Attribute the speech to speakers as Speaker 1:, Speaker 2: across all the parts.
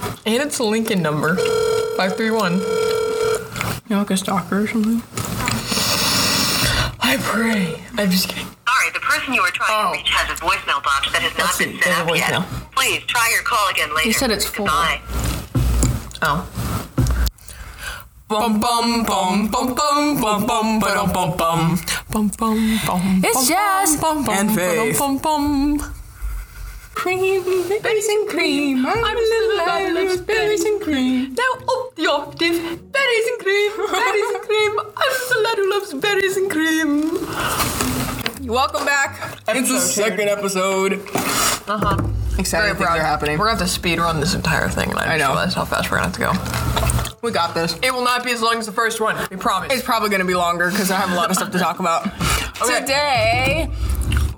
Speaker 1: And it's a Lincoln number. 531.
Speaker 2: You know, like a stalker or something?
Speaker 1: I pray. I'm just kidding.
Speaker 3: Sorry, the person you are trying
Speaker 1: Oh.
Speaker 3: to reach has a voicemail box that has
Speaker 1: Let's
Speaker 3: not
Speaker 1: see,
Speaker 3: been
Speaker 1: there's a
Speaker 3: set up yet.
Speaker 1: voicemail.
Speaker 3: Please try your call again later.
Speaker 2: said it's full.
Speaker 3: Goodbye.
Speaker 1: Oh. Bum bum bum bum bum bum bum ba-dum, bum bum bum bum bum.
Speaker 2: It's
Speaker 1: bum,
Speaker 2: jazz.
Speaker 1: bum, bum,
Speaker 2: And
Speaker 1: bum, ba-dum,
Speaker 2: faith.
Speaker 1: bum bum.
Speaker 2: Cream, berries and cream.
Speaker 1: I'm a little bad lips, berries and cream. Now up the octave, berries and cream, berries and cream. I'm the lad who loves berries and cream.
Speaker 2: Welcome back. it's the
Speaker 1: Episode two.
Speaker 2: second episode.
Speaker 1: Uh huh.
Speaker 2: Exciting things are happening.
Speaker 1: We're gonna have to speed run this entire thing, and I, just
Speaker 2: I know.
Speaker 1: realized how fast we're gonna have to
Speaker 2: We got this.
Speaker 1: go. It will not be as long as the first one. We promise.
Speaker 2: It's probably going to be longer because I have a lot of stuff to talk about.
Speaker 1: Okay.
Speaker 2: Today,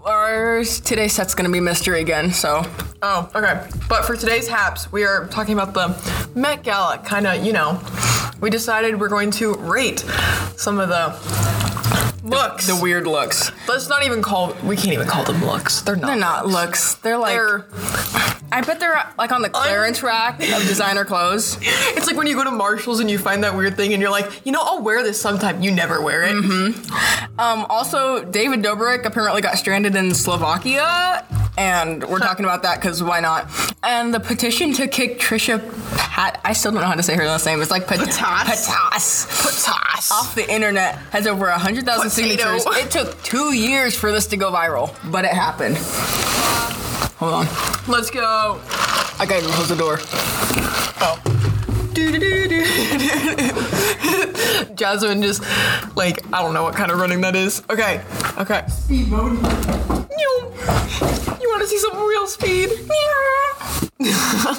Speaker 2: our today's set's going to be mystery again. So
Speaker 1: Oh, okay. But for today's haps, we are talking about the Met Gala, kind of, you know. We decided we're going to rate some of the looks.
Speaker 2: the weird looks.
Speaker 1: Let's not even call. We can't even call them looks. They're not.
Speaker 2: They're not looks. They're like
Speaker 1: They're.
Speaker 2: I bet they're like on the clearance rack of designer clothes.
Speaker 1: It's like when you go to Marshalls and you find that weird thing, and you're like, you know, I'll wear this sometime. You never wear it.
Speaker 2: Mm-hmm. Um, also, David Dobrik apparently got stranded in Slovakia, and we're talking about that because why not? And the petition to kick Trisha Pat, I still don't know how to say her last name. It's like Pat-
Speaker 1: Patas?
Speaker 2: Patas.
Speaker 1: Patas.
Speaker 2: Off the internet has over 100,000
Speaker 1: Potato.
Speaker 2: signatures. It took two years for this to go viral, but it happened. Hold on.
Speaker 1: Let's go. Oh.
Speaker 2: I gotta even close the door.
Speaker 1: Doo-doo-doo-doo-doo. Jasmine just like I don't know what kind of running that is. Okay, okay. Speed mode. You, want to see some real speed?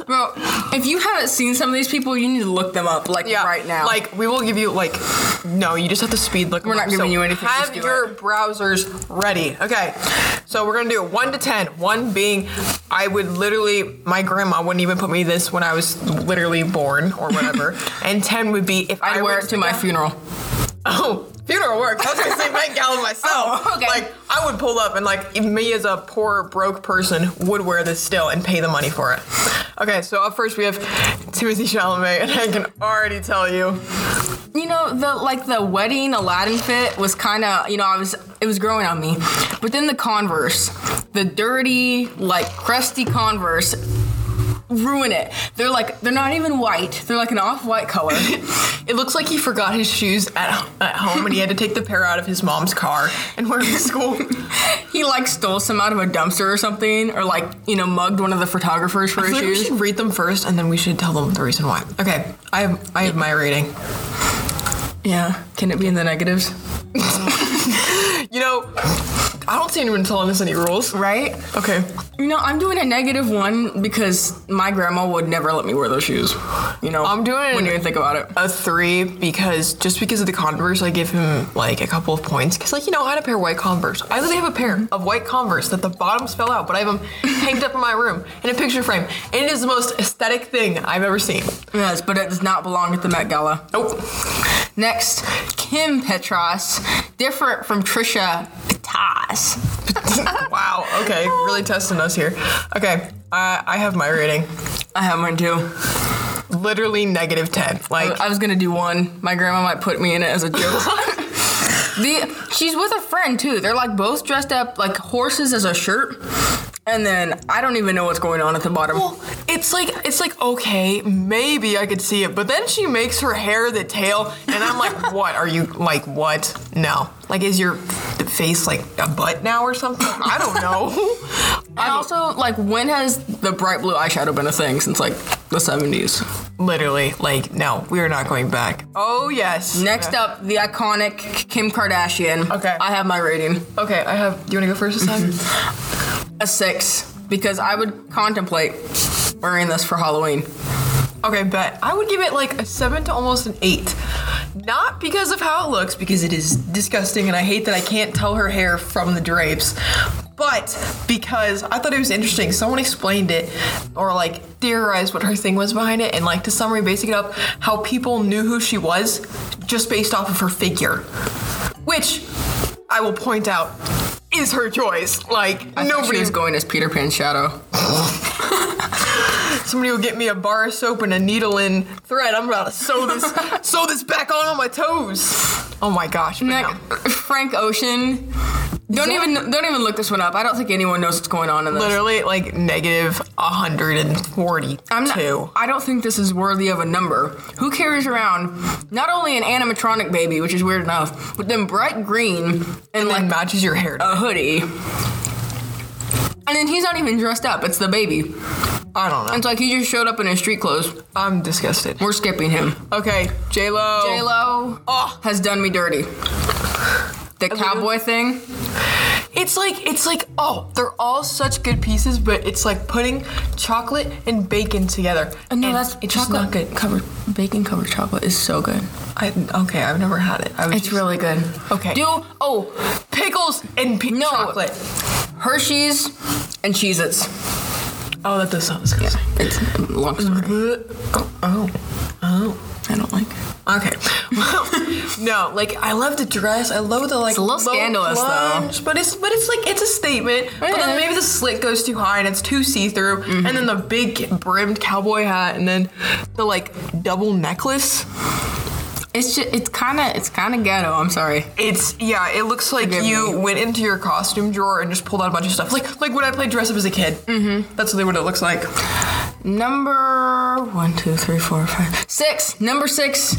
Speaker 2: Bro, if you haven't seen some of these people, you need to look them up, like
Speaker 1: Yeah,
Speaker 2: right now.
Speaker 1: Like we will give you like no, you just have to speed look.
Speaker 2: We're not giving you anything,
Speaker 1: Have
Speaker 2: just do
Speaker 1: your browsers ready. Okay, so we're gonna do one to ten. One being, I would literally, my grandma wouldn't even put me this when I was literally born or whatever, and ten would be if
Speaker 2: I'd
Speaker 1: I
Speaker 2: wear
Speaker 1: went
Speaker 2: it to my funeral.
Speaker 1: Oh, funeral work. I was gonna say Met Gala myself.
Speaker 2: Oh, okay.
Speaker 1: Like I would pull up and like me as a poor broke person would wear this still and pay the money for it. Okay, so up first we have Timothy Chalamet, and I can already tell you.
Speaker 2: You know, the like the wedding Aladdin fit was kind of, you know, I was it was growing on me. But then the Converse, the dirty, like crusty Converse ruin it. They're like they're not even white. They're like an off-white color.
Speaker 1: It looks like he forgot his shoes at, at home and he had to take the pair out of his mom's car and wear them to school.
Speaker 2: he like stole some out of a dumpster or something or like, you know, mugged one of the photographers for
Speaker 1: I
Speaker 2: his
Speaker 1: feel like we
Speaker 2: shoes.
Speaker 1: should read them first and then we should tell them the reason why. Okay, I have I have my rating.
Speaker 2: Yeah. Can it be in the negatives?
Speaker 1: You know, I don't see anyone telling us any rules.
Speaker 2: Right?
Speaker 1: Okay.
Speaker 2: You know, I'm doing a negative one because my grandma would never let me wear those shoes. You know,
Speaker 1: I'm doing-
Speaker 2: when you even think about it.
Speaker 1: a three because just because of the Converse, I give him like a couple of points. Because like you know, I had a pair of white Converse. I literally have a pair of white Converse that the bottoms fell out, but I have them hanged up in my room in a picture frame, and it is the most aesthetic thing I've ever seen.
Speaker 2: Yes, but it does not belong at the Met Gala.
Speaker 1: Nope.
Speaker 2: Next, Kim Petras, different from Trisha Petras.
Speaker 1: wow. Okay. Really testing us here. Okay. I I have my rating.
Speaker 2: I have mine too.
Speaker 1: Literally negative ten. Like
Speaker 2: I was gonna do one. My grandma might put me in it as a joke. the, she's with a friend too. They're like both dressed up like horses as a shirt, and then I don't even know what's going on at the bottom.
Speaker 1: Well, it's like it's like okay, maybe I could see it, but then she makes her hair the tail, and I'm like, what are you like? What? No, like is your f- face like a butt now or something? I don't know.
Speaker 2: And also, like, when has the bright blue eyeshadow been a thing since like the 70s?
Speaker 1: Literally, like no, we are not going back. Oh yes.
Speaker 2: Next up, the iconic Kim Kardashian.
Speaker 1: Okay.
Speaker 2: I have my rating.
Speaker 1: Okay, I have. Do you want to go first this time?
Speaker 2: a six because I would contemplate wearing this for Halloween.
Speaker 1: okay, bet I would give it like a seven to almost an eight. Not because of how it looks, because it is disgusting, and I hate that I can't tell her hair from the drapes. But because I thought it was interesting, someone explained it or like theorized what her thing was behind it, and like to summary, basing it up, how people knew who she was just based off of her figure, which I will point out is her choice. Like
Speaker 2: I thought she
Speaker 1: nobody's
Speaker 2: was going as Peter Pan's shadow.
Speaker 1: Somebody will get me a bar of soap and a needle and thread. I'm about to sew this, sew this back on on my toes. Oh my gosh! but no.
Speaker 2: Like, Frank Ocean.
Speaker 1: that-
Speaker 2: Don't even don't even look this one up. I don't think anyone knows what's going on in this.
Speaker 1: Literally like negative 142.
Speaker 2: I'm not, I don't think this is worthy of a number. Who carries around not only an animatronic baby, which is weird enough, but then bright green and
Speaker 1: like
Speaker 2: like
Speaker 1: matches your hair.
Speaker 2: a hoodie. And then he's not even dressed up. It's the baby.
Speaker 1: I don't know.
Speaker 2: It's like he just showed up in his street clothes.
Speaker 1: I'm disgusted.
Speaker 2: We're skipping him.
Speaker 1: Okay, J Lo.
Speaker 2: J Lo
Speaker 1: Oh.
Speaker 2: has done me dirty. The cowboy thing.
Speaker 1: It's like it's like oh, they're all such good pieces, but it's like putting chocolate and bacon together.
Speaker 2: Uh, no,
Speaker 1: And
Speaker 2: that's
Speaker 1: it's just
Speaker 2: chocolate
Speaker 1: not good.
Speaker 2: covered bacon covered chocolate is so good.
Speaker 1: I, okay, I've never had it. I was
Speaker 2: It's
Speaker 1: just-
Speaker 2: really good.
Speaker 1: Okay.
Speaker 2: Do oh
Speaker 1: pickles and pe-
Speaker 2: No.
Speaker 1: chocolate.
Speaker 2: Hershey's and Cheez Its.
Speaker 1: Oh, that does sound disgusting.
Speaker 2: It's a long story.
Speaker 1: Oh, oh, oh.
Speaker 2: I don't like it.
Speaker 1: Okay. Well, no, like I love the dress. I love the like.
Speaker 2: a
Speaker 1: low
Speaker 2: little scandalous, though.
Speaker 1: plunge, but it's but it's like it's a statement. But
Speaker 2: Yeah.
Speaker 1: then maybe the slit goes too high and it's too see through,
Speaker 2: Mm-hmm.
Speaker 1: and then the big brimmed cowboy hat, and then the like double necklace.
Speaker 2: It's just it's kind of it's kind of ghetto. I'm sorry.
Speaker 1: It's yeah. It looks like
Speaker 2: Forgive
Speaker 1: you
Speaker 2: me.
Speaker 1: went into your costume drawer and just pulled out a bunch of stuff. Like like when I played dress up as a kid. Mm-hmm. That's really what it looks like.
Speaker 2: Number one, two, three, four, five, six. Number six,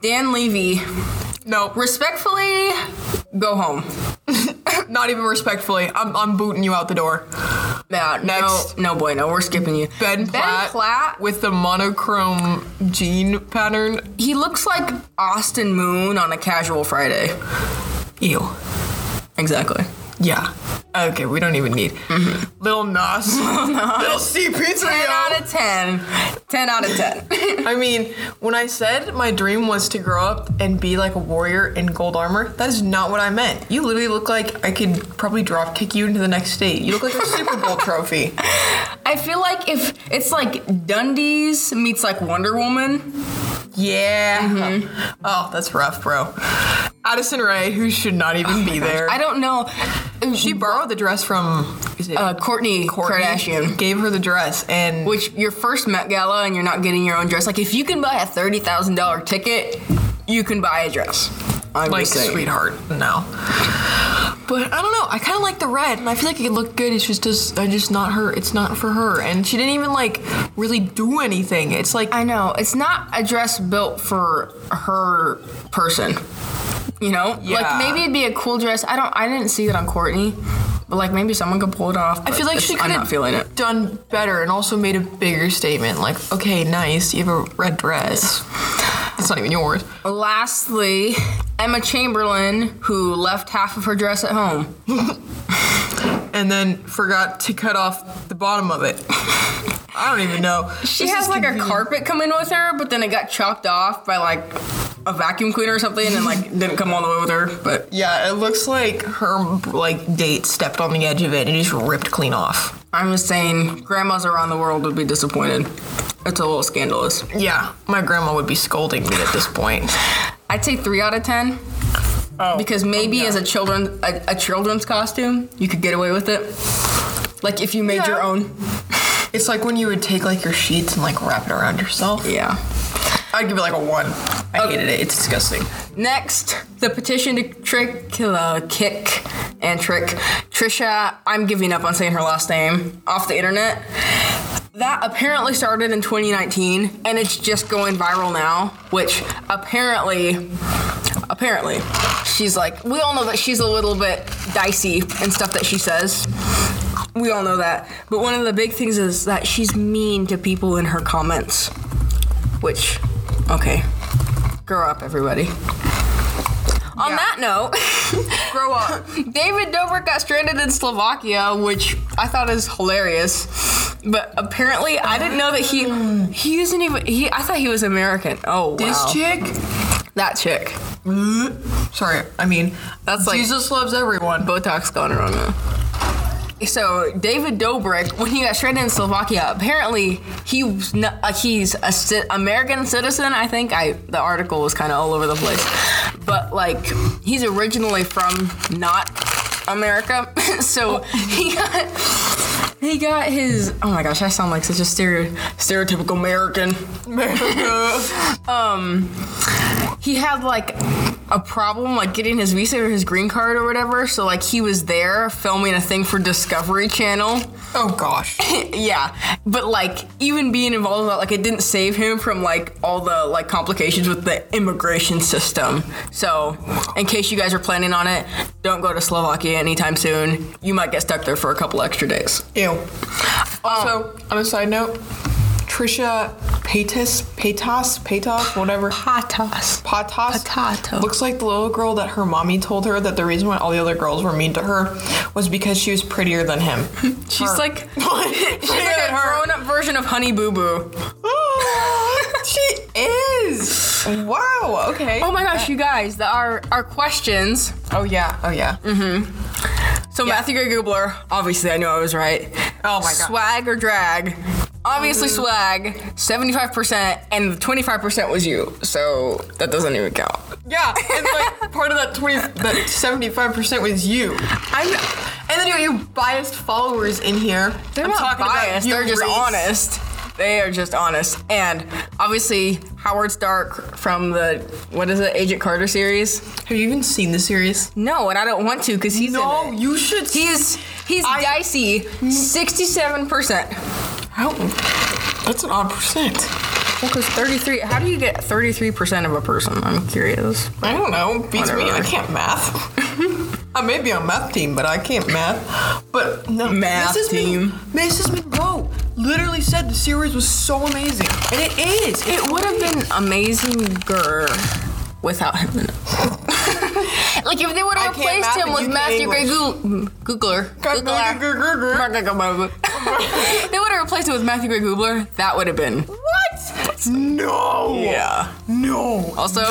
Speaker 2: Dan Levy.
Speaker 1: No, res-
Speaker 2: Respectfully, go home.
Speaker 1: not even respectfully. I'm I'm booting you out the door.
Speaker 2: Yeah,
Speaker 1: Next.
Speaker 2: no, no bueno. We're skipping you.
Speaker 1: Ben Platt,
Speaker 2: Platt.
Speaker 1: with the monochrome jean pattern.
Speaker 2: He looks like Austin Moon on a casual Friday.
Speaker 1: Ew.
Speaker 2: Exactly.
Speaker 1: Yeah. Okay, we don't even need little Nas, little C
Speaker 2: Mm-hmm. Ten out
Speaker 1: Pizzeria.
Speaker 2: of ten. Ten out of ten.
Speaker 1: I mean, when I said my dream was to grow up and be like a warrior in gold armor, that is not what I meant. You literally look like I could probably drop kick you into the next state. You look like a Super Bowl trophy.
Speaker 2: I feel like if it's like Dundee's meets like Wonder Woman.
Speaker 1: Yeah.
Speaker 2: Mm-hmm.
Speaker 1: Oh, that's rough, bro. Addison Ray, who should not even be there.
Speaker 2: Oh I don't know.
Speaker 1: She borrowed the dress from is it
Speaker 2: Uh, Courtney
Speaker 1: Kourtney?
Speaker 2: Kardashian.
Speaker 1: Gave her the dress, and
Speaker 2: Which your first Met Gala and you're not getting your own dress. Like if you can buy a thirty thousand dollar ticket, you can buy a dress. I'm
Speaker 1: like
Speaker 2: just saying.
Speaker 1: sweetheart, no. But I don't know. I kind of like the red, and I feel like it looked good. It's just, just, I just not her. It's not for her, and she didn't even like really do anything. It's like
Speaker 2: I know it's not a dress built for her person. You know,
Speaker 1: Yeah.
Speaker 2: like maybe it'd be a cool dress. I don't. I didn't see that on Courtney, but like maybe someone could pull it off.
Speaker 1: I feel like she could
Speaker 2: Uh, I'm not feeling it.
Speaker 1: have done better, and also made a bigger statement. Like, okay, nice, you have a red dress. It's not even yours.
Speaker 2: Lastly, Emma Chamberlain, who left half of her dress at home.
Speaker 1: and then forgot to cut off the bottom of it. I don't even know.
Speaker 2: She
Speaker 1: This
Speaker 2: has
Speaker 1: is
Speaker 2: like
Speaker 1: confusing.
Speaker 2: a carpet coming with her, but then it got chopped off by like a vacuum cleaner or something, and like didn't come all the way with her. But
Speaker 1: Yeah, it looks like her like date stepped on the edge of it and just ripped clean off.
Speaker 2: I'm just saying, grandmas around the world would be disappointed. It's a little scandalous.
Speaker 1: Yeah, my grandma would be scolding me at this point.
Speaker 2: I'd say three out of ten.
Speaker 1: Oh,
Speaker 2: Because maybe as a children a, a children's costume, you could get away with it. Like if you made your
Speaker 1: Yeah.
Speaker 2: own.
Speaker 1: it's like when you would take like your sheets and like wrap it around yourself.
Speaker 2: Yeah.
Speaker 1: I'd give it like a one. I hated it. It's disgusting.
Speaker 2: Next, the petition to trick, uh, kick, and trick Trisha. I'm giving up on saying her last name off the internet. That apparently started in 2019, and it's just going viral now. Which apparently, apparently, she's like we all know that she's a little bit dicey and stuff that she says. We all know that. But one of the big things is that she's mean to people in her comments. Which, okay, grow up, everybody. On that note,
Speaker 1: Grow up.
Speaker 2: David Dobrik got stranded in Slovakia, which I thought is hilarious. But apparently, I didn't know that he he isn't even he. I thought he was American. Oh wow,
Speaker 1: This chick.
Speaker 2: that chick,
Speaker 1: Sorry, I mean
Speaker 2: That's like-
Speaker 1: Jesus loves everyone.
Speaker 2: Botox gone wrong. though. So David Dobrik, when he got stranded in Slovakia, apparently he was not, like he's a ci- American citizen. I think I the article was kind of all over the place, but like he's originally from not America, so he got He got his. Oh my gosh, I sound like such a stereo, stereotypical American. um, he had like a problem like getting his visa or his green card or whatever. So like he was there filming a thing for Discovery Channel.
Speaker 1: Oh gosh.
Speaker 2: yeah, but like even being involved with that, like it didn't save him from like all the like complications with the immigration system. So, in case you guys are planning on it, don't go to Slovakia anytime soon. You might get stuck there for a couple extra days.
Speaker 1: Ew.
Speaker 2: Oh.
Speaker 1: Also, on a side note, Trisha Paytas, Paytas, Paytas, whatever.
Speaker 2: Patas.
Speaker 1: Patas
Speaker 2: Potato.
Speaker 1: looks like the little girl that her mommy told her that the reason why all the other girls were mean to her was because she was prettier than him.
Speaker 2: She's
Speaker 1: Her.
Speaker 2: like
Speaker 1: Prettier
Speaker 2: she's like
Speaker 1: than
Speaker 2: a grown-up version of Honey Boo Boo.
Speaker 1: she is. Wow. Okay.
Speaker 2: Oh my gosh, you guys, the, our our questions.
Speaker 1: Oh yeah. Oh yeah.
Speaker 2: So Matthew Gray Goobler, obviously I knew I was right.
Speaker 1: Oh my God.
Speaker 2: Swag or drag? Obviously swag, 75%, and 25% was you. So that doesn't even count.
Speaker 1: Yeah. And like part of that twenty, that seventy-five percent was you.
Speaker 2: I'm
Speaker 1: And then you got your biased followers in here.
Speaker 2: they're
Speaker 1: I'm
Speaker 2: not
Speaker 1: talking about
Speaker 2: biased,
Speaker 1: your
Speaker 2: they're just
Speaker 1: race.
Speaker 2: honest. They are just honest. And obviously Howard Stark from the what is it, Agent Carter series?
Speaker 1: Have you even seen the series?
Speaker 2: No, and I don't want to because he's in
Speaker 1: No,
Speaker 2: it.
Speaker 1: you should. s-
Speaker 2: He's he's
Speaker 1: I-
Speaker 2: dicey, 67%.
Speaker 1: How? That's an odd percent.
Speaker 2: Because 33, how do you get 33% of a person? I'm curious.
Speaker 1: I don't know. Beats me.
Speaker 2: Whatever.
Speaker 1: I can't math. I may be on math team, but I can't math. But no,
Speaker 2: Math
Speaker 1: Mrs. Min-
Speaker 2: team.
Speaker 1: Mrs. Monroe literally said the series was so amazing, and it is. It
Speaker 2: It would have been amazing without him in it. like if they would
Speaker 1: I
Speaker 2: have
Speaker 1: can't
Speaker 2: replaced
Speaker 1: math
Speaker 2: him
Speaker 1: and
Speaker 2: with
Speaker 1: you can't
Speaker 2: Matthew Gray
Speaker 1: English.
Speaker 2: Goo- Googler. Googler.
Speaker 1: What?
Speaker 2: they would have replaced him with Matthew Gray Googler. That would have been.
Speaker 1: No.
Speaker 2: Yeah.
Speaker 1: No.
Speaker 2: Also,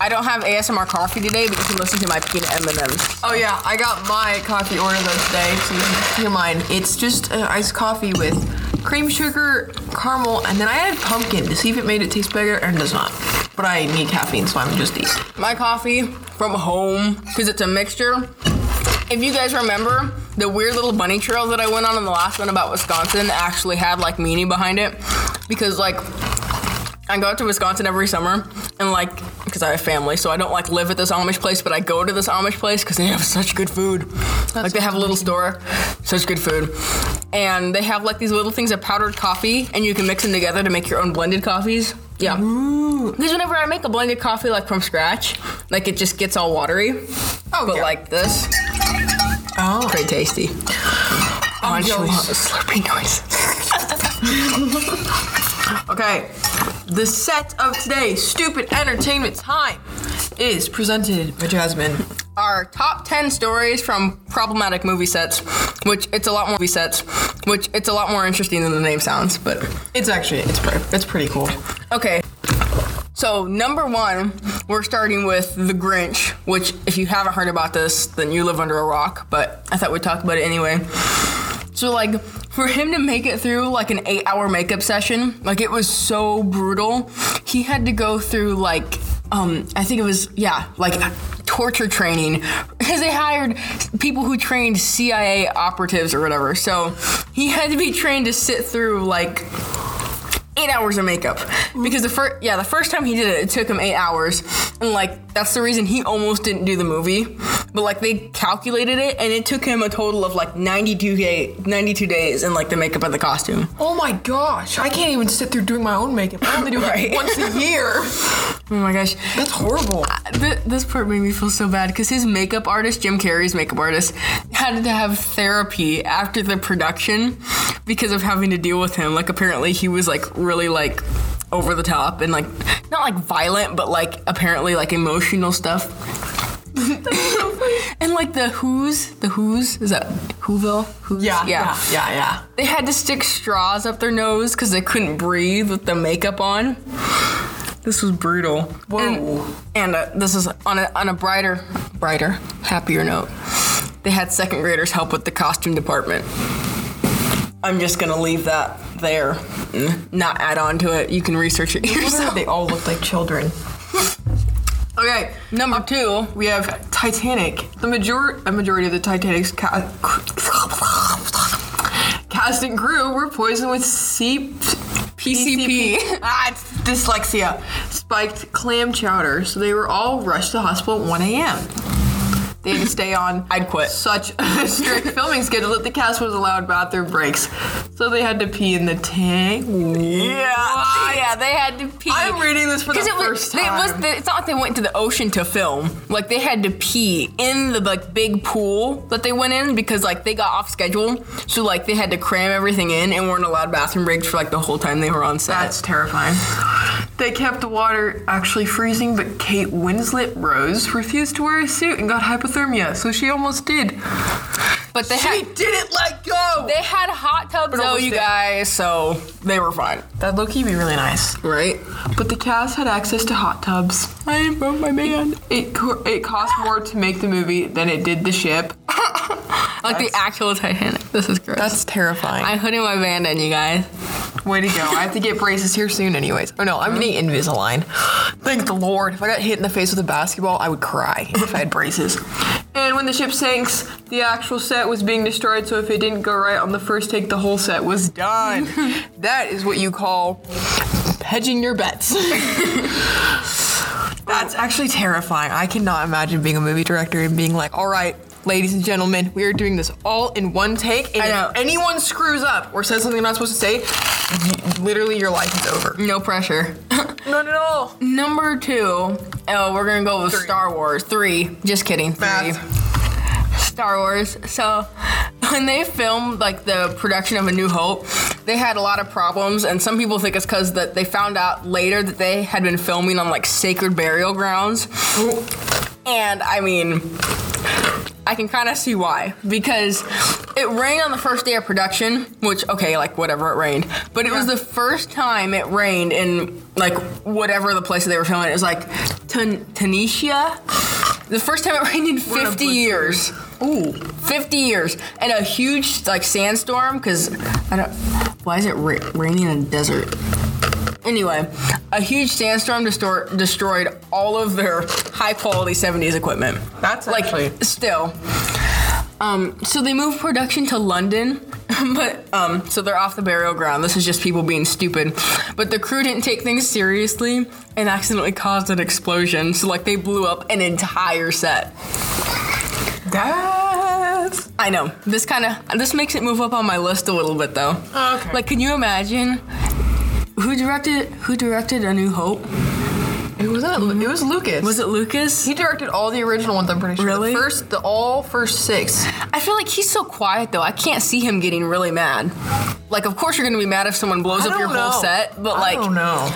Speaker 2: I don't have ASMR coffee today because I'm listening to my peanut M&Ms.
Speaker 1: Oh yeah, I got my coffee order though today. So you can hear mine. It's just uh, iced coffee with cream sugar, caramel, and then I added pumpkin to see if it made it taste better, and it does not. But I need caffeine, so I'm just eating.
Speaker 2: My coffee from home because it's a mixture. If you guys remember, the weird little bunny trail that I went on in the last one about Wisconsin actually had like meaning behind it because like I go out to Wisconsin every summer and like because I have family, so I don't like live at this Amish place, but I go to this Amish place because they have such good food. like they have a little store, such good food, and they have like these little things of powdered coffee, and you can mix them together to make your own blended coffees. Yeah, because whenever I make a blended coffee like from scratch, like it just gets all watery. Oh, but
Speaker 1: yeah.
Speaker 2: like this,
Speaker 1: Oh.
Speaker 2: very tasty.
Speaker 1: I'm jealous.
Speaker 2: Oh, slurpy noise.
Speaker 1: Okay, the set of today, Stupid Entertainment Time, is presented by Jasmine.
Speaker 2: Our top ten stories from problematic movie sets, which it's a lot more movie sets, which it's a lot more interesting than the name sounds. But
Speaker 1: It's actually it's pretty, it's pretty cool.
Speaker 2: okay, so number one, we're starting with The Grinch, which if you haven't heard about this, then you live under a rock. But I thought we'd talk about it anyway. So like for him to make it through like an eight hour makeup session, like it was so brutal. He had to go through like um I think it was yeah, like torture training because they hired people who trained CIA operatives or whatever. So he had to be trained to sit through like eight hours of makeup because the first yeah the first time he did it it took him eight hours and like that's the reason he almost didn't do the movie but like they calculated it and it took him a total of like 92 day 92 days in like the makeup and the costume
Speaker 1: Oh my gosh, I can't even sit through doing my own makeup. I only do
Speaker 2: Right.
Speaker 1: it once a year.
Speaker 2: oh my gosh
Speaker 1: That's horrible.
Speaker 2: Th- this part made me feel so bad because his makeup artist jim carrey's makeup artist had to have therapy after the production because of having to deal with him like apparently he was like really like over the top and like not like violent but like apparently like emotional stuff and like the who's the who's is that whoville who's
Speaker 1: Yeah, yeah, yeah, yeah.
Speaker 2: they had to stick straws up their nose because they couldn't breathe with the makeup on. This was brutal.
Speaker 1: Whoa.
Speaker 2: And, and, uh, this is on a, on a brighter, brighter, happier note. They had second graders help with the costume department. I'm just gonna leave that there, Mm, not add on to it. You can research it yourself.
Speaker 1: They all look like children. okay,
Speaker 2: Number two,
Speaker 1: we have Titanic. The major a majority of the Titanic's ca- cast cast and crew were poisoned with C-
Speaker 2: PCP.
Speaker 1: ah, it's dyslexia. Spiked clam chowder. So they were all rushed to the hospital at 1 a.m. They had to stay on
Speaker 2: I'd quit.
Speaker 1: such a strict filming schedule that the cast was allowed bathroom breaks. So they had to pee in the tank.
Speaker 2: Yeah, yeah, they had to pee.
Speaker 1: I'm reading this for the
Speaker 2: Because it was,
Speaker 1: first
Speaker 2: they- it
Speaker 1: time.
Speaker 2: was the- it's not like they went to the ocean to film. Like they had to pee in the like big pool that they went in because like they got off schedule, so like they had to cram everything in and weren't allowed bathroom breaks for like the whole time they were on set.
Speaker 1: That's terrifying. They kept the water actually freezing, but Kate Winslet Rose refused to wear a suit and got hypothermia, so she almost did.
Speaker 2: but they had
Speaker 1: didn't let go!
Speaker 2: they had hot tubs though,
Speaker 1: almost
Speaker 2: you
Speaker 1: did.
Speaker 2: guys, so they were fine,
Speaker 1: That low key be really nice.
Speaker 2: right?
Speaker 1: But the cast had access to hot tubs.
Speaker 2: I broke my man.
Speaker 1: It, co- it cost more to make the movie than it did the ship.
Speaker 2: Like the actual Titanic. This is gross.
Speaker 1: terrifying.
Speaker 2: I'm putting my band in, you guys.
Speaker 1: Way to go. I have to get braces here soon, anyways. Oh no, I'm gonna eat Invisalign. Thank the Lord. If I got hit in the face with a basketball, I would cry if I had braces. And when the ship sinks, the actual set was being destroyed, so if it didn't go right on the first take, the whole set was done. that is what you call hedging your bets. That's actually terrifying. I cannot imagine being a movie director and being like, all right, ladies and gentlemen, we are doing this all in one take. And
Speaker 2: I
Speaker 1: if
Speaker 2: know.
Speaker 1: anyone screws up or says something they're not supposed to say, literally your life is over.
Speaker 2: No pressure.
Speaker 1: Not at all.
Speaker 2: Number two, oh, we're gonna go with Star Wars. Three, just kidding. Three.
Speaker 1: Math.
Speaker 2: Star Wars. So when they filmed like the production of A New Hope, they had a lot of problems, and some people think it's because that they found out later that they had been filming on like sacred burial grounds. And I mean, I can kind of see why because it rained on the first day of production, which okay, like whatever it rained, but it was the first time it rained in like whatever the place that they were filming. It was like Tun Tunisia. The first time it rained in 50 years. Ooh, 50 years and a huge like sandstorm because I don't. Why is it ra- raining in a desert? Anyway, a huge sandstorm destor- destroyed all of their high quality 70s equipment.
Speaker 1: That's
Speaker 2: like
Speaker 1: actually-
Speaker 2: still. Um, so they moved production to London, but um, so they're off the burial ground. This is just people being stupid. But the crew didn't take things seriously and accidentally caused an explosion. So like they blew up an entire set.
Speaker 1: That's.
Speaker 2: I know. This kind of this makes it move up on my list a little bit though.
Speaker 1: Oh, Okay.
Speaker 2: Like, can you imagine? Who directed Who directed A New Hope?
Speaker 1: It wasn't. It was Lucas.
Speaker 2: Was it Lucas?
Speaker 1: He directed all the original ones. I'm pretty sure.
Speaker 2: Really?
Speaker 1: The first, the all first six.
Speaker 2: I feel like he's so quiet though. I can't see him getting really mad. Like, of course you're gonna be mad if someone blows
Speaker 1: I
Speaker 2: up your
Speaker 1: don't
Speaker 2: whole
Speaker 1: know.
Speaker 2: set, but
Speaker 1: I don't
Speaker 2: like
Speaker 1: know.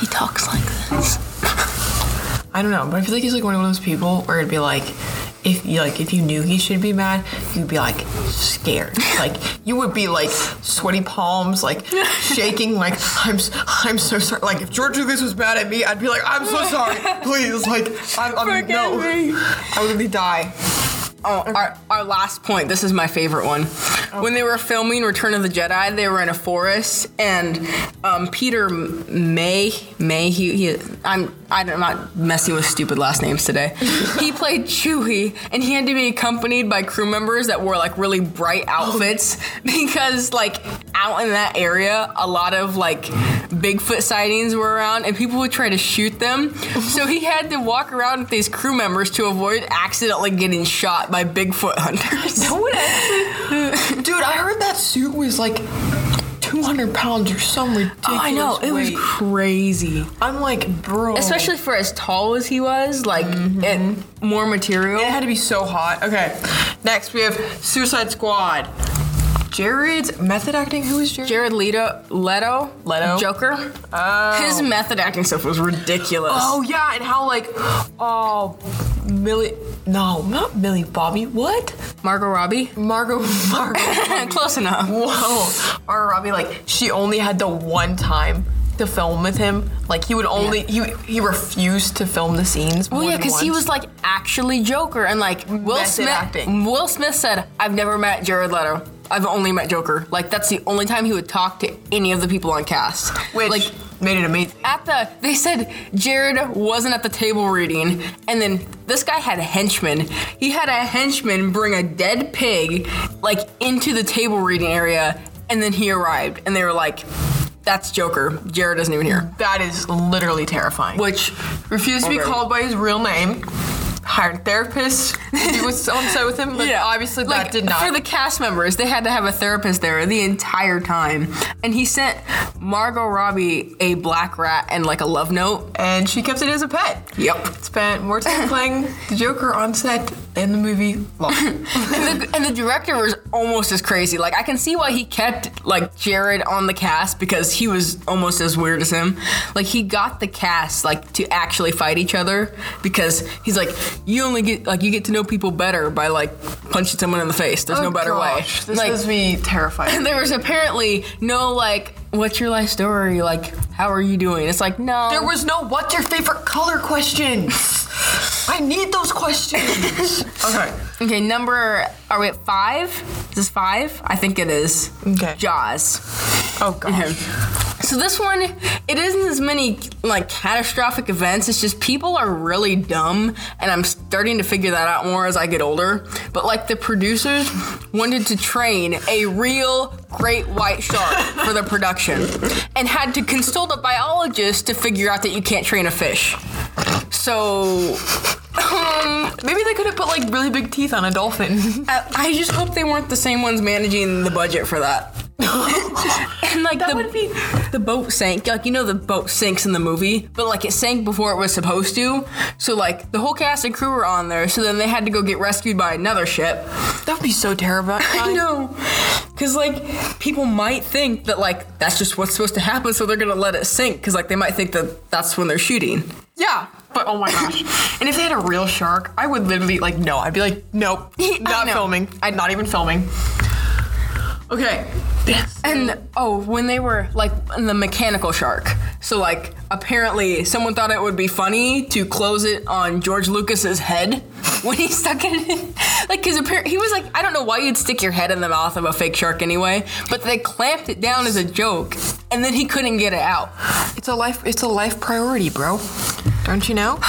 Speaker 2: he talks like this.
Speaker 1: I don't know, but I feel like he's like one of those people where it'd be like, if you like, if you knew he should be mad, you'd be like scared. like you would be like sweaty palms, like shaking, like I'm, s- I'm so sorry. Like if George Lucas was mad at me, I'd be like, I'm so sorry. Please, like I'm, I'm no,
Speaker 2: Forgive me.
Speaker 1: I would really die.
Speaker 2: Oh, our, our last point. This is my favorite one. When they were filming Return of the Jedi, they were in a forest, and um, Peter May May he, he I'm I'm not messing with stupid last names today. he played Chewie, and he had to be accompanied by crew members that wore like really bright outfits
Speaker 1: Oh.
Speaker 2: because like out in that area, a lot of like Bigfoot sightings were around, and people would try to shoot them. so he had to walk around with these crew members to avoid accidentally getting shot by Bigfoot hunters.
Speaker 1: That would actually, dude. I heard that suit was like 200 pounds or some ridiculous. Oh.
Speaker 2: Oh, I know it was
Speaker 1: weight.
Speaker 2: crazy,
Speaker 1: I'm like, bro.
Speaker 2: especially for as tall as he was. Like,
Speaker 1: Mm-hmm.
Speaker 2: it, more material.
Speaker 1: It had to be so hot. Okay. Next, we have Suicide Squad. Jared's method acting. Who is Jared?
Speaker 2: Jared Leto, Leto,
Speaker 1: Leto?
Speaker 2: Joker.
Speaker 1: Oh.
Speaker 2: His method acting stuff was ridiculous.
Speaker 1: Oh yeah, and how like, oh, Millie. No, not Millie Bobby. What?
Speaker 2: Margot Robbie.
Speaker 1: Margot. Margot.
Speaker 2: Close enough.
Speaker 1: Whoa. Margot Robbie. Like she only had the one time to film with him. Like he would only he he refused to film the scenes.
Speaker 2: Well,
Speaker 1: more
Speaker 2: yeah,
Speaker 1: than
Speaker 2: because he
Speaker 1: once.
Speaker 2: was like actually Joker, and like Will
Speaker 1: Method
Speaker 2: Smith.
Speaker 1: acting.
Speaker 2: Will Smith said, "I've never met Jared Leto. I've only met Joker. Like that's the only time he would talk to any of the people on cast.
Speaker 1: which
Speaker 2: like."
Speaker 1: made it amazing.
Speaker 2: At the, they said Jared wasn't at the table reading, and then this guy had a henchman. He had a henchman bring a dead pig, like, into the table reading area And then he arrived, and they were like, "That's Joker." Jared doesn't even hear.
Speaker 1: That is literally terrifying.
Speaker 2: Which
Speaker 1: refused to be
Speaker 2: Already.
Speaker 1: called by his real name. Hired therapists. He was upset with him, but obviously that
Speaker 2: like,
Speaker 1: did not.
Speaker 2: For the cast members, they had to have a therapist there the entire time, and he sent Margot Robbie a black rat and like a love note.
Speaker 1: and she kept it as a pet.
Speaker 2: Yep.
Speaker 1: Spent more time playing the Joker on set than the movie long.
Speaker 2: And the, and the director was almost as crazy. Like I can see why he kept like Jared on the cast because he was almost as weird as him. Like he got the cast like to actually fight each other because he's like you only get like you get to know people better by like punching someone in the face. There's no better
Speaker 1: Oh, Gosh,
Speaker 2: way.
Speaker 1: This
Speaker 2: Like
Speaker 1: has me terrified.
Speaker 2: there was apparently no like what's your life story? Like how are you doing? It's like no.
Speaker 1: There was no what's your favorite color question. I need those questions. okay.
Speaker 2: okay number are we at five? Is this five? I think it is.
Speaker 1: Okay.
Speaker 2: Jaws.
Speaker 1: Oh gosh.
Speaker 2: Okay. So this one, it isn't as many like catastrophic events. It's just people are really dumb, and I'm starting to figure that out more as I get older. But like the producers wanted to train a real great white shark for the production, and had to consult a biologist to figure out that you can't train a fish. So
Speaker 1: Maybe they could have put like really big teeth on a dolphin.
Speaker 2: I, I just hope they weren't the same ones managing the budget for that. and like
Speaker 1: That
Speaker 2: the,
Speaker 1: would be-
Speaker 2: the boat sank. Like you know the boat sinks in the movie, but like it sank before it was supposed to. So like the whole cast and crew were on there. So then they had to go get rescued by another ship.
Speaker 1: that would be so terrible.
Speaker 2: I know. Cause like people might think that like that's just what's supposed to happen, so they're gonna let it sink. Cause like they might think that that's when they're shooting.
Speaker 1: Yeah, but oh my gosh. and if they had a real shark, I would literally like no. I'd be like, nope,
Speaker 2: I
Speaker 1: not
Speaker 2: know.
Speaker 1: filming. I'm not even filming. Okay. Yes.
Speaker 2: And oh, when they were like in the mechanical shark. So like apparently someone thought it would be funny to close it on George Lucas's head when he stuck it in. Like his apparent he was like I don't know why you'd stick your head in the mouth of a fake shark anyway, but they clamped it down as a joke and then he couldn't get it out.
Speaker 1: It's a life. It's a life priority, bro. Don't you know?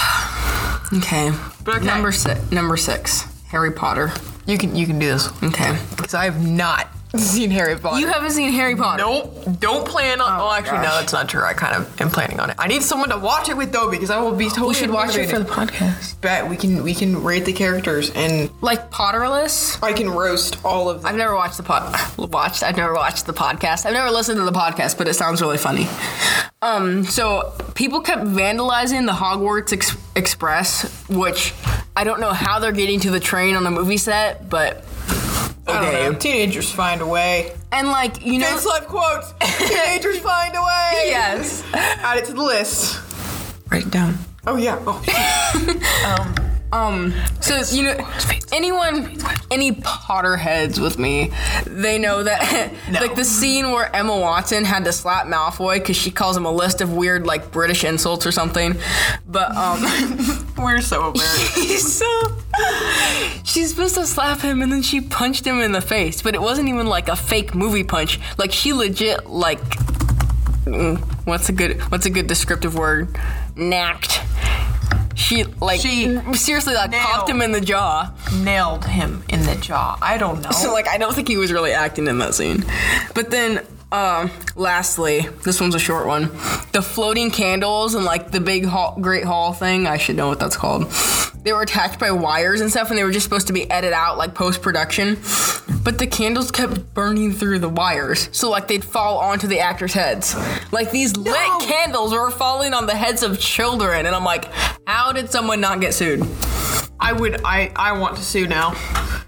Speaker 2: Okay.
Speaker 1: But okay.
Speaker 2: Number 6 number 6. Harry Potter.
Speaker 1: You can you can do this
Speaker 2: Okay.
Speaker 1: because I have not seen Harry Potter.
Speaker 2: You haven't seen Harry Potter.
Speaker 1: Nope. Don't plan on. well, actually, no,
Speaker 2: gosh.
Speaker 1: that's not true. I kind of am planning on it. I need someone to watch it with though, because I will be totally.
Speaker 2: We should watch it for the
Speaker 1: motivated.
Speaker 2: podcast.
Speaker 1: Bet we can we can rate the characters and
Speaker 2: Like Potterless?
Speaker 1: I can roast all of them.
Speaker 2: I've never watched the pod watched. I've never watched the podcast. I've never listened to the podcast, but it sounds really funny. Um, so people kept vandalizing the Hogwarts Ex- Express, which I don't know how they're getting to the train on the movie set, but
Speaker 1: I don't know.
Speaker 2: okay.
Speaker 1: Teenagers find a way.
Speaker 2: And like you know,
Speaker 1: Face life quotes. Teenagers find a way.
Speaker 2: yes.
Speaker 1: Add it to the list.
Speaker 2: Write it down.
Speaker 1: Oh yeah. Oh.
Speaker 2: Um, so you know, anyone, any Potterheads with me, they know that like the scene where Emma Watson had to slap Malfoy because she calls him a list of weird like British insults or something, but um,
Speaker 1: We're so embarrassed.
Speaker 2: he's so she's supposed to slap him and then she punched him in the face, but it wasn't even like a fake movie punch. Like she legit like, mm, what's a good what's a good descriptive word? Knacked. She like
Speaker 1: She
Speaker 2: seriously like
Speaker 1: nailed.
Speaker 2: popped him in the jaw.
Speaker 1: Nailed him in the jaw. I don't know.
Speaker 2: So like I don't think he was really acting in that scene. But then um lastly, this one's a short one. The floating candles and like the big hall, great hall thing, I should know what that's called. They were attached by wires and stuff and they were just supposed to be edited out like post production. But the candles kept burning through the wires. So like they'd fall onto the actors' heads. Like these
Speaker 1: No.
Speaker 2: lit candles were falling on the heads of children and I'm like, how did someone not get sued?
Speaker 1: I would. I I want to sue now.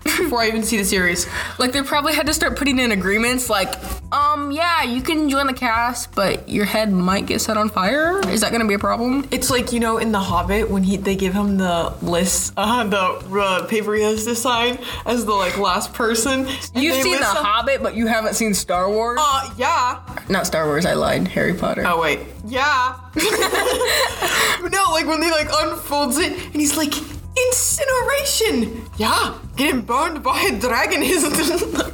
Speaker 1: Before I even see the series.
Speaker 2: Like they probably had to start putting in agreements like, um, yeah, you can join the cast, but your head might get set on fire. Is that gonna be a problem?
Speaker 1: It's like you know in The Hobbit when he they give him the list, uh, the uh, paper he has to sign as the like last person. and
Speaker 2: You've
Speaker 1: they
Speaker 2: seen The
Speaker 1: list him-
Speaker 2: Hobbit, but you haven't seen Star Wars.
Speaker 1: Uh, yeah.
Speaker 2: Not Star Wars, I lied. Harry Potter.
Speaker 1: Oh wait, yeah. no, like when they like unfolds it and he's like incineration. Yeah, getting burned by a dragon is.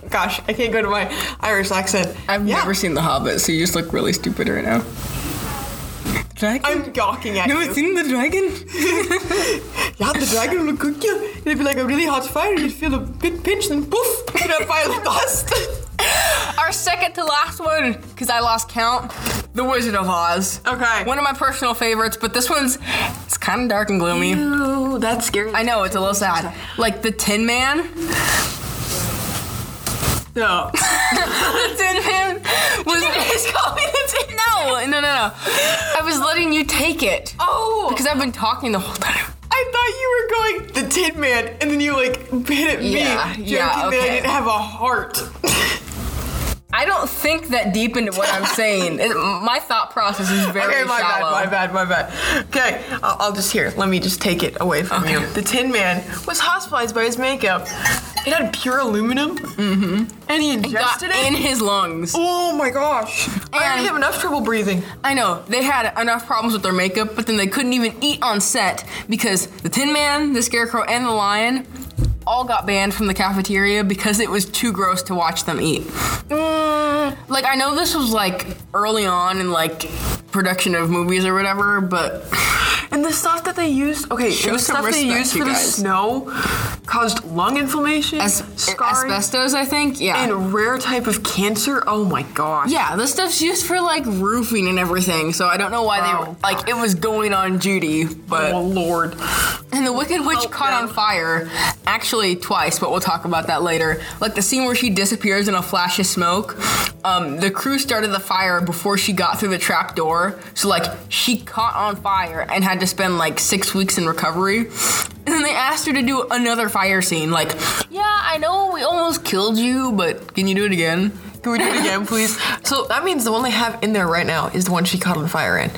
Speaker 1: Gosh, I can't go to my Irish accent.
Speaker 2: I've
Speaker 1: Yeah,
Speaker 2: never seen The Hobbit, so you just look really stupid right now. Dragon?
Speaker 1: I'm gawking at
Speaker 2: no,
Speaker 1: you.
Speaker 2: it's in the dragon.
Speaker 1: yeah, the dragon will cook you. It'll be like a really hot fire. You'd feel a bit pinched and poof, in a pile of dust.
Speaker 2: All our second to last one, because I lost count, The Wizard of Oz.
Speaker 1: Okay.
Speaker 2: One of my personal favorites, but this one's it's kind of dark and gloomy.
Speaker 1: Ooh, that's scary.
Speaker 2: I know it's a little sad. Like the Tin Man.
Speaker 1: No.
Speaker 2: The Tin Man was.
Speaker 1: It's called me the Tin
Speaker 2: No, no, no, no. I was letting you take it
Speaker 1: Oh!
Speaker 2: because I've been talking the whole time.
Speaker 1: I thought you were going the Tin Man, and then you like hit at me,
Speaker 2: Yeah,
Speaker 1: joking
Speaker 2: yeah,
Speaker 1: that I
Speaker 2: okay.
Speaker 1: didn't have a heart.
Speaker 2: I don't think that deep into what I'm saying. It- my thought process is very
Speaker 1: okay, my
Speaker 2: shallow.
Speaker 1: bad, my bad, my bad. Okay, I'll, I'll just here. Let me just take it away from you. The Tin Man was hospitalized by his makeup. It had pure aluminum, mm-hmm. and he
Speaker 2: Got
Speaker 1: ingested it.
Speaker 2: in his lungs.
Speaker 1: oh my gosh! I already
Speaker 2: And-
Speaker 1: have enough trouble breathing.
Speaker 2: I know they had enough problems with their makeup, but then they couldn't even eat on set because the Tin Man, the Scarecrow, and the Lion all got banned from the cafeteria because it was too gross to watch them eat. Mm, Like I know this was like early on in like production of movies or whatever, but
Speaker 1: And the stuff that they used, okay,
Speaker 2: Show
Speaker 1: it was
Speaker 2: some
Speaker 1: stuff they
Speaker 2: respect,
Speaker 1: used
Speaker 2: you
Speaker 1: for the
Speaker 2: guys.
Speaker 1: snow caused lung inflammation,
Speaker 2: as
Speaker 1: scarring,
Speaker 2: asbestos, I think, yeah.
Speaker 1: and rare type of cancer. Oh my gosh!
Speaker 2: yeah, this stuff's used for like roofing and everything, so I don't know why they
Speaker 1: Wow.
Speaker 2: were like it was going on Judy, but
Speaker 1: Oh lord.
Speaker 2: And the Wicked Witch
Speaker 1: Help
Speaker 2: caught
Speaker 1: them.
Speaker 2: on fire, actually twice, but we'll talk about that later. Like the scene where she disappears in a flash of smoke. Um, the crew started the fire before she got through the trap door, so like she caught on fire and had to spend like six weeks in recovery. And then they asked her to do another fire scene. Like, yeah, I know we almost killed you, but can you do it again?
Speaker 1: Can we do it again, please? So that means the one they have in there right now is the one she caught on fire in.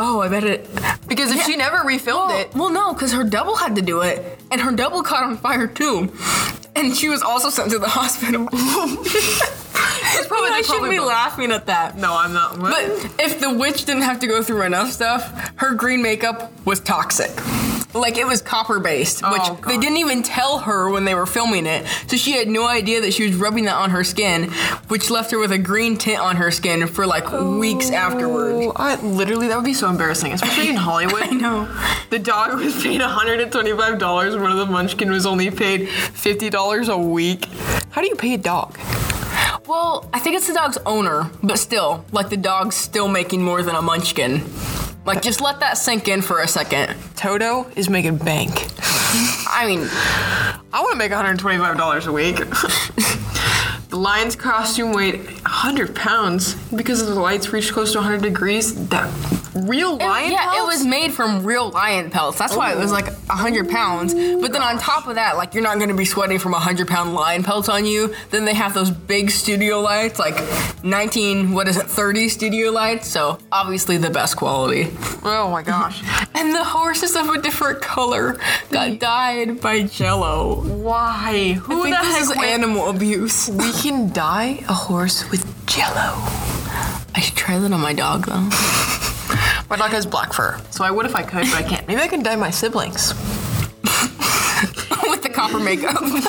Speaker 2: Oh, I bet it.
Speaker 1: Because if she never refilmed
Speaker 2: Well,
Speaker 1: it,
Speaker 2: Oh, well, no, because her double had to do it, and her double caught on fire too, and she was also sent to the hospital.
Speaker 1: probably-
Speaker 2: I
Speaker 1: they
Speaker 2: shouldn't
Speaker 1: probably
Speaker 2: be
Speaker 1: both.
Speaker 2: laughing at that.
Speaker 1: no, I'm not.
Speaker 2: But if the witch didn't have to go through enough stuff, her green makeup was toxic. Like it was copper based, which
Speaker 1: Oh, God.
Speaker 2: they didn't even tell her when they were filming it. So she had no idea that she was rubbing that on her skin, which left her with a green tint on her skin for like weeks afterward.
Speaker 1: Oh, I, literally, that would be so embarrassing, especially in Hollywood. I
Speaker 2: Oh, know.
Speaker 1: The dog was paid $125 and one of the munchkin was only paid $50 a week. How do you pay a dog?
Speaker 2: Well, I think it's the dog's owner, but still, like the dog's still making more than a munchkin. Like just let that sink in for a second.
Speaker 1: Toto is making bank.
Speaker 2: I mean,
Speaker 1: I want to make $125 a week. the lion's costume weighed 100 pounds because of the lights reached close to 100 degrees. That real
Speaker 2: It-
Speaker 1: lion
Speaker 2: yeah, it
Speaker 1: pelts?
Speaker 2: was made from real lion pelts. That's why it was like 100 pounds. But then on top of that, like you're not going to be sweating from 100 pound lion pelts on you. Then they have those big studio lights, like 19, what is it, 30 studio lights. So obviously the best quality.
Speaker 1: Oh my gosh.
Speaker 2: And the horses of a different color got dyed by jello.
Speaker 1: Why? Who
Speaker 2: I think
Speaker 1: the
Speaker 2: this
Speaker 1: heck
Speaker 2: is
Speaker 1: went-
Speaker 2: animal abuse.
Speaker 1: We can dye a horse with jello.
Speaker 2: I should try that on my dog though.
Speaker 1: My dog has black fur, so I would if I could, but I can't. Maybe I can dye my siblings.
Speaker 2: With the copper makeup.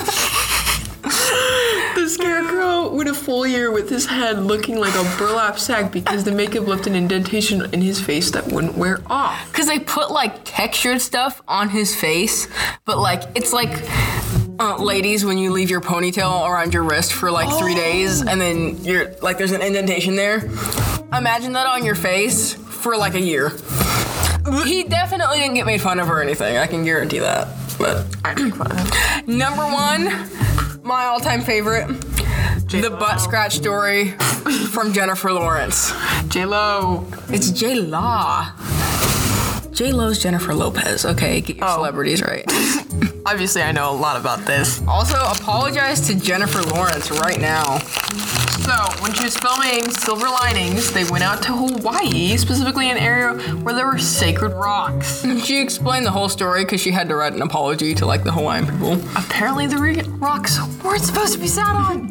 Speaker 1: The scarecrow went a full year with his head looking like a burlap sack because the makeup left an indentation in his face that wouldn't wear off.
Speaker 2: because they put like textured stuff on his face, but like it's like uh, ladies when you leave your ponytail around your wrist for like three days and then you're like there's an indentation there. Imagine that on your face for like a year. He definitely didn't get made fun of or anything. I can guarantee that. But number one, my all-time favorite, the butt scratch story from Jennifer Lawrence.
Speaker 1: J Lo.
Speaker 2: It's J Law. J Lo's Jennifer Lopez. Okay, get your
Speaker 1: Oh.
Speaker 2: celebrities right.
Speaker 1: Obviously, I know a lot about this.
Speaker 2: also, apologize to Jennifer Lawrence right now.
Speaker 1: So, when she was filming Silver Linings, they went out to Hawaii, specifically an area where there were sacred rocks.
Speaker 2: She explained the whole story because she had to write an apology to like the Hawaiian people.
Speaker 1: Apparently, the re- rocks weren't supposed to be sat on.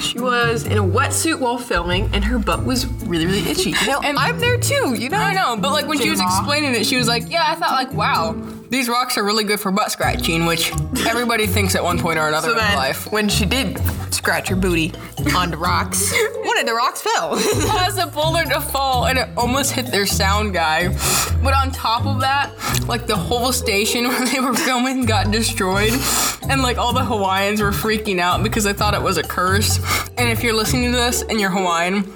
Speaker 1: She was in a wetsuit while filming, and her butt was really, really itchy. You know,
Speaker 2: And-
Speaker 1: I'm there too. You know,
Speaker 2: I know, but like when she was
Speaker 1: J-Law.
Speaker 2: explaining it, she was like, "Yeah, I thought like, wow, these rocks are really good for butt scratching, which everybody thinks at one point or another
Speaker 1: So
Speaker 2: in
Speaker 1: then,
Speaker 2: life.
Speaker 1: when she did scratch her booty onto rocks, one of the rocks fell.
Speaker 2: caused a boulder to fall and it almost hit their sound guy. But on top of that, like the whole station where they were filming got destroyed. And like all the Hawaiians were freaking out because they thought it was a curse. And if you're listening to this and you're Hawaiian,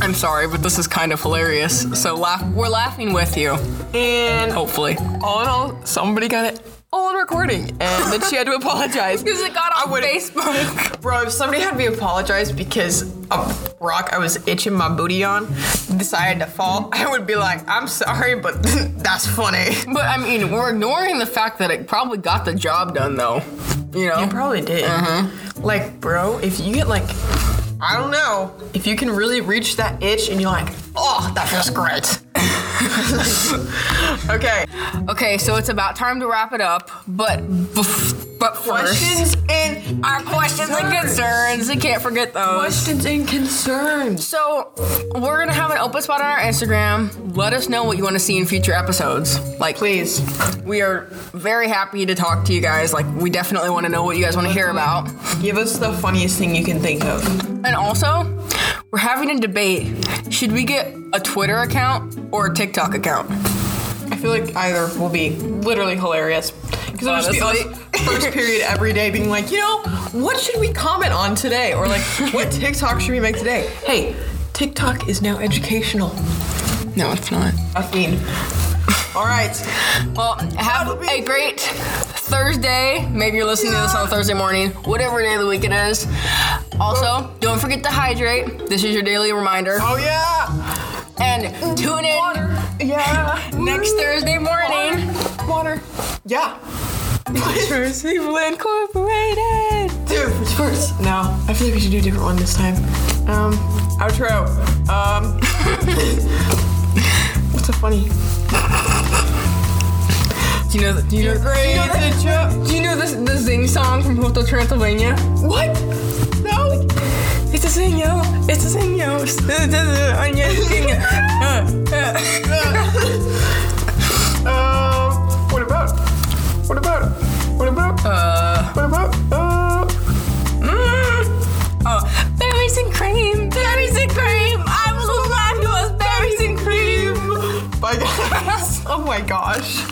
Speaker 2: I'm sorry, but this is kind of hilarious. So laugh we're laughing with you,
Speaker 1: and
Speaker 2: hopefully.
Speaker 1: all in all, somebody got it on recording, and then she had to apologize.
Speaker 2: Because it got
Speaker 1: I
Speaker 2: on
Speaker 1: would've-
Speaker 2: Facebook.
Speaker 1: Bro, if somebody had me apologize because a rock I was itching my booty on decided to fall, I would be like, I'm sorry, but that's funny.
Speaker 2: But I mean, we're ignoring the fact that it probably got the job done though. You know?
Speaker 1: You probably did. Uh-huh. Like, bro, if you get like, I don't know, if you can really reach that itch and you're like, oh, that feels great. okay.
Speaker 2: Okay, so it's about time to wrap it up, but bef- but first,
Speaker 1: Questions and
Speaker 2: our questions and concerns. I can't forget those.
Speaker 1: questions and concerns.
Speaker 2: So we're gonna have an open spot on our Instagram. Let us know what you want to see in future episodes. Like,
Speaker 1: Please.
Speaker 2: we are very happy to talk to you guys. Like, we definitely want to know what you guys want to hear about.
Speaker 1: Give us the funniest thing you can think of.
Speaker 2: And also, we're having a debate: should we get a Twitter account or a TikTok account?
Speaker 1: I feel like either will be literally hilarious. Because it'll just be us first period every day being like, you know, what should we comment on today? Or like, what TikTok should we make today? Hey, TikTok is now educational.
Speaker 2: No, it's not.
Speaker 1: I mean, all right.
Speaker 2: Well, have a great Thursday. Maybe you're listening to this on Thursday morning, whatever day of the week it is. Also, don't forget to hydrate. This is your daily reminder.
Speaker 1: Oh yeah,
Speaker 2: And tune in
Speaker 1: yeah.
Speaker 2: next Thursday morning.
Speaker 1: Water. Yeah. Players Cleveland Incorporated. Dude, which first? No, I feel like we should do a different one this time. Um, outro. Um, what's so funny?
Speaker 2: Do you know the, do you know,
Speaker 1: Great. intro-
Speaker 2: do you know this the Zing song from Hotel Transylvania?
Speaker 1: What? No.
Speaker 2: It's a zing yo, it's a zing yo, it's a zing yo. Uh,
Speaker 1: Um, what about? What about? What about?
Speaker 2: Uh,
Speaker 1: What about? Uh,
Speaker 2: mm. Oh, berries and cream, berries and cream. I was alive to us berries and cream.
Speaker 1: bye guys. Oh my gosh.